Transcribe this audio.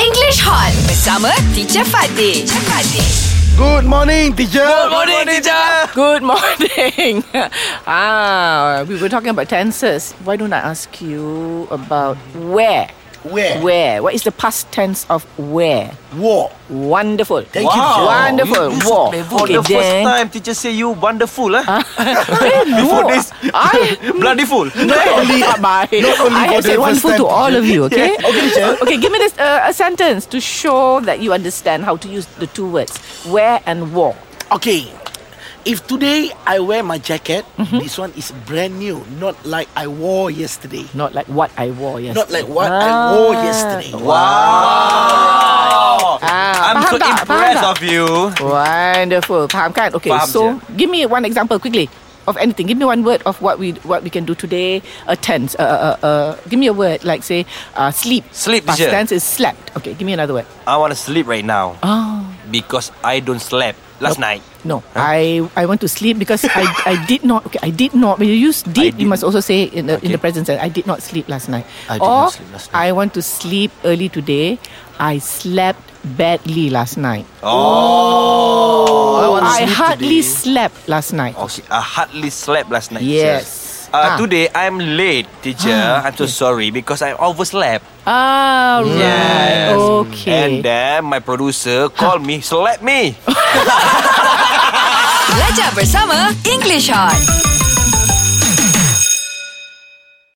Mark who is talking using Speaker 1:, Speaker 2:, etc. Speaker 1: English Hot bersama Teacher Fatih. Teacher Fatih.
Speaker 2: Good morning, teacher.
Speaker 3: Good morning, teacher. Good morning. ah, we were talking about tenses. Why don't I ask you about where?
Speaker 2: Where?
Speaker 3: Where? What is the past tense of where?
Speaker 2: Walk.
Speaker 3: Wonderful.
Speaker 2: Thank you, teacher.
Speaker 3: Wonderful. War.
Speaker 4: For
Speaker 3: Okay,
Speaker 4: the first
Speaker 3: then.
Speaker 4: time, teacher say you wonderful, eh?
Speaker 3: Eh, no.
Speaker 4: For this,
Speaker 3: I
Speaker 4: bloody fool.
Speaker 3: not only, not
Speaker 2: only
Speaker 3: I
Speaker 2: for
Speaker 3: have
Speaker 2: the
Speaker 3: said
Speaker 2: first
Speaker 3: wonderful
Speaker 2: time.
Speaker 3: to all of you. Okay.
Speaker 2: Yeah. Okay, teacher.
Speaker 3: Okay. Give me this uh, a sentence to show that you understand how to use the two words where and war.
Speaker 2: Okay. If today I wear my jacket,
Speaker 3: Mm-hmm.
Speaker 2: this one is brand new, not like I wore yesterday.
Speaker 3: Not like what I wore yesterday.
Speaker 2: Not like what I wore yesterday.
Speaker 3: Ah,
Speaker 4: Oh. I'm
Speaker 3: faham
Speaker 4: so
Speaker 3: tak? Faham
Speaker 4: impressed
Speaker 3: tak?
Speaker 4: of you.
Speaker 3: Wonderful. Faham kan? Okay,
Speaker 4: Faham
Speaker 3: so
Speaker 4: je.
Speaker 3: give me one example quickly of anything. Give me one word of what we what we can do today. A tense. Uh, uh, uh, uh, give me a word like say uh, sleep.
Speaker 4: Sleep,
Speaker 3: Past
Speaker 4: teacher.
Speaker 3: tense is slept. Okay, give me another word.
Speaker 4: I want to sleep right now
Speaker 3: Oh
Speaker 4: because I don't sleep last night.
Speaker 3: no, I I want to sleep because I I did not. Okay, I did not. When you use did, you
Speaker 4: didn't.
Speaker 3: must also say in the in the
Speaker 4: Okay.
Speaker 3: present tense. I did not sleep last night.
Speaker 4: I did
Speaker 3: or
Speaker 4: not sleep last night.
Speaker 3: I want to sleep early today. I slept badly last night.
Speaker 4: Oh,
Speaker 3: I hardly slept last night.
Speaker 4: Okay, I hardly slept last night.
Speaker 3: Yes. Ah.
Speaker 4: Uh, Today I'm late, teacher. I'm so sorry because I overslept.
Speaker 3: Ah, right.
Speaker 4: Yes.
Speaker 3: Okay.
Speaker 4: And uh, then my producer called me, slap me.
Speaker 1: Belajar bersama English Hot.